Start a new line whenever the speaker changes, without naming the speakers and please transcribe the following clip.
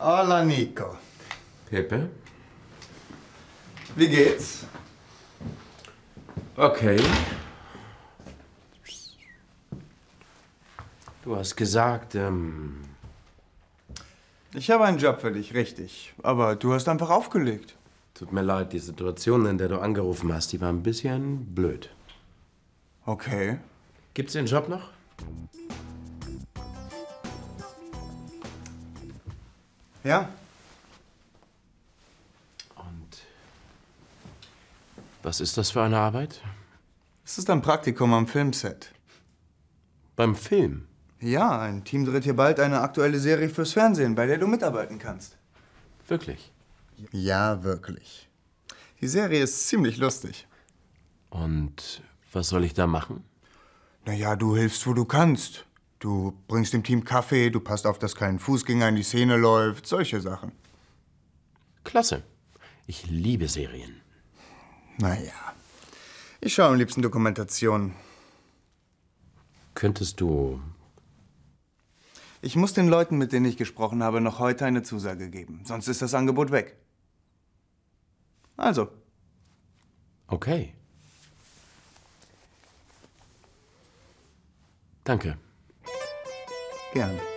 Hola Nico.
Pepe?
Wie geht's?
Okay. Du hast gesagt, ähm,
Ich habe einen Job für dich, richtig. Aber du hast einfach aufgelegt.
tut mir leid, die Situation, in der du angerufen hast, die war ein bisschen blöd.
Okay.
Gibt's den Job noch?
Ja?
Und was ist das für eine Arbeit?
Es ist ein Praktikum am Filmset.
Beim Film.
Ja, ein Team dreht hier bald eine aktuelle Serie fürs Fernsehen, bei der du mitarbeiten kannst.
Wirklich.
Ja, wirklich. Die Serie ist ziemlich lustig.
Und was soll ich da machen?
Naja, du hilfst, wo du kannst. Du bringst dem Team Kaffee, du passt auf, dass kein Fußgänger in die Szene läuft, solche Sachen.
Klasse. Ich liebe Serien.
Naja. Ich schaue am liebsten Dokumentationen.
Könntest du
Ich muss den Leuten, mit denen ich gesprochen habe, noch heute eine Zusage geben. Sonst ist das Angebot weg. Also,
Okay. Danke.
gerne.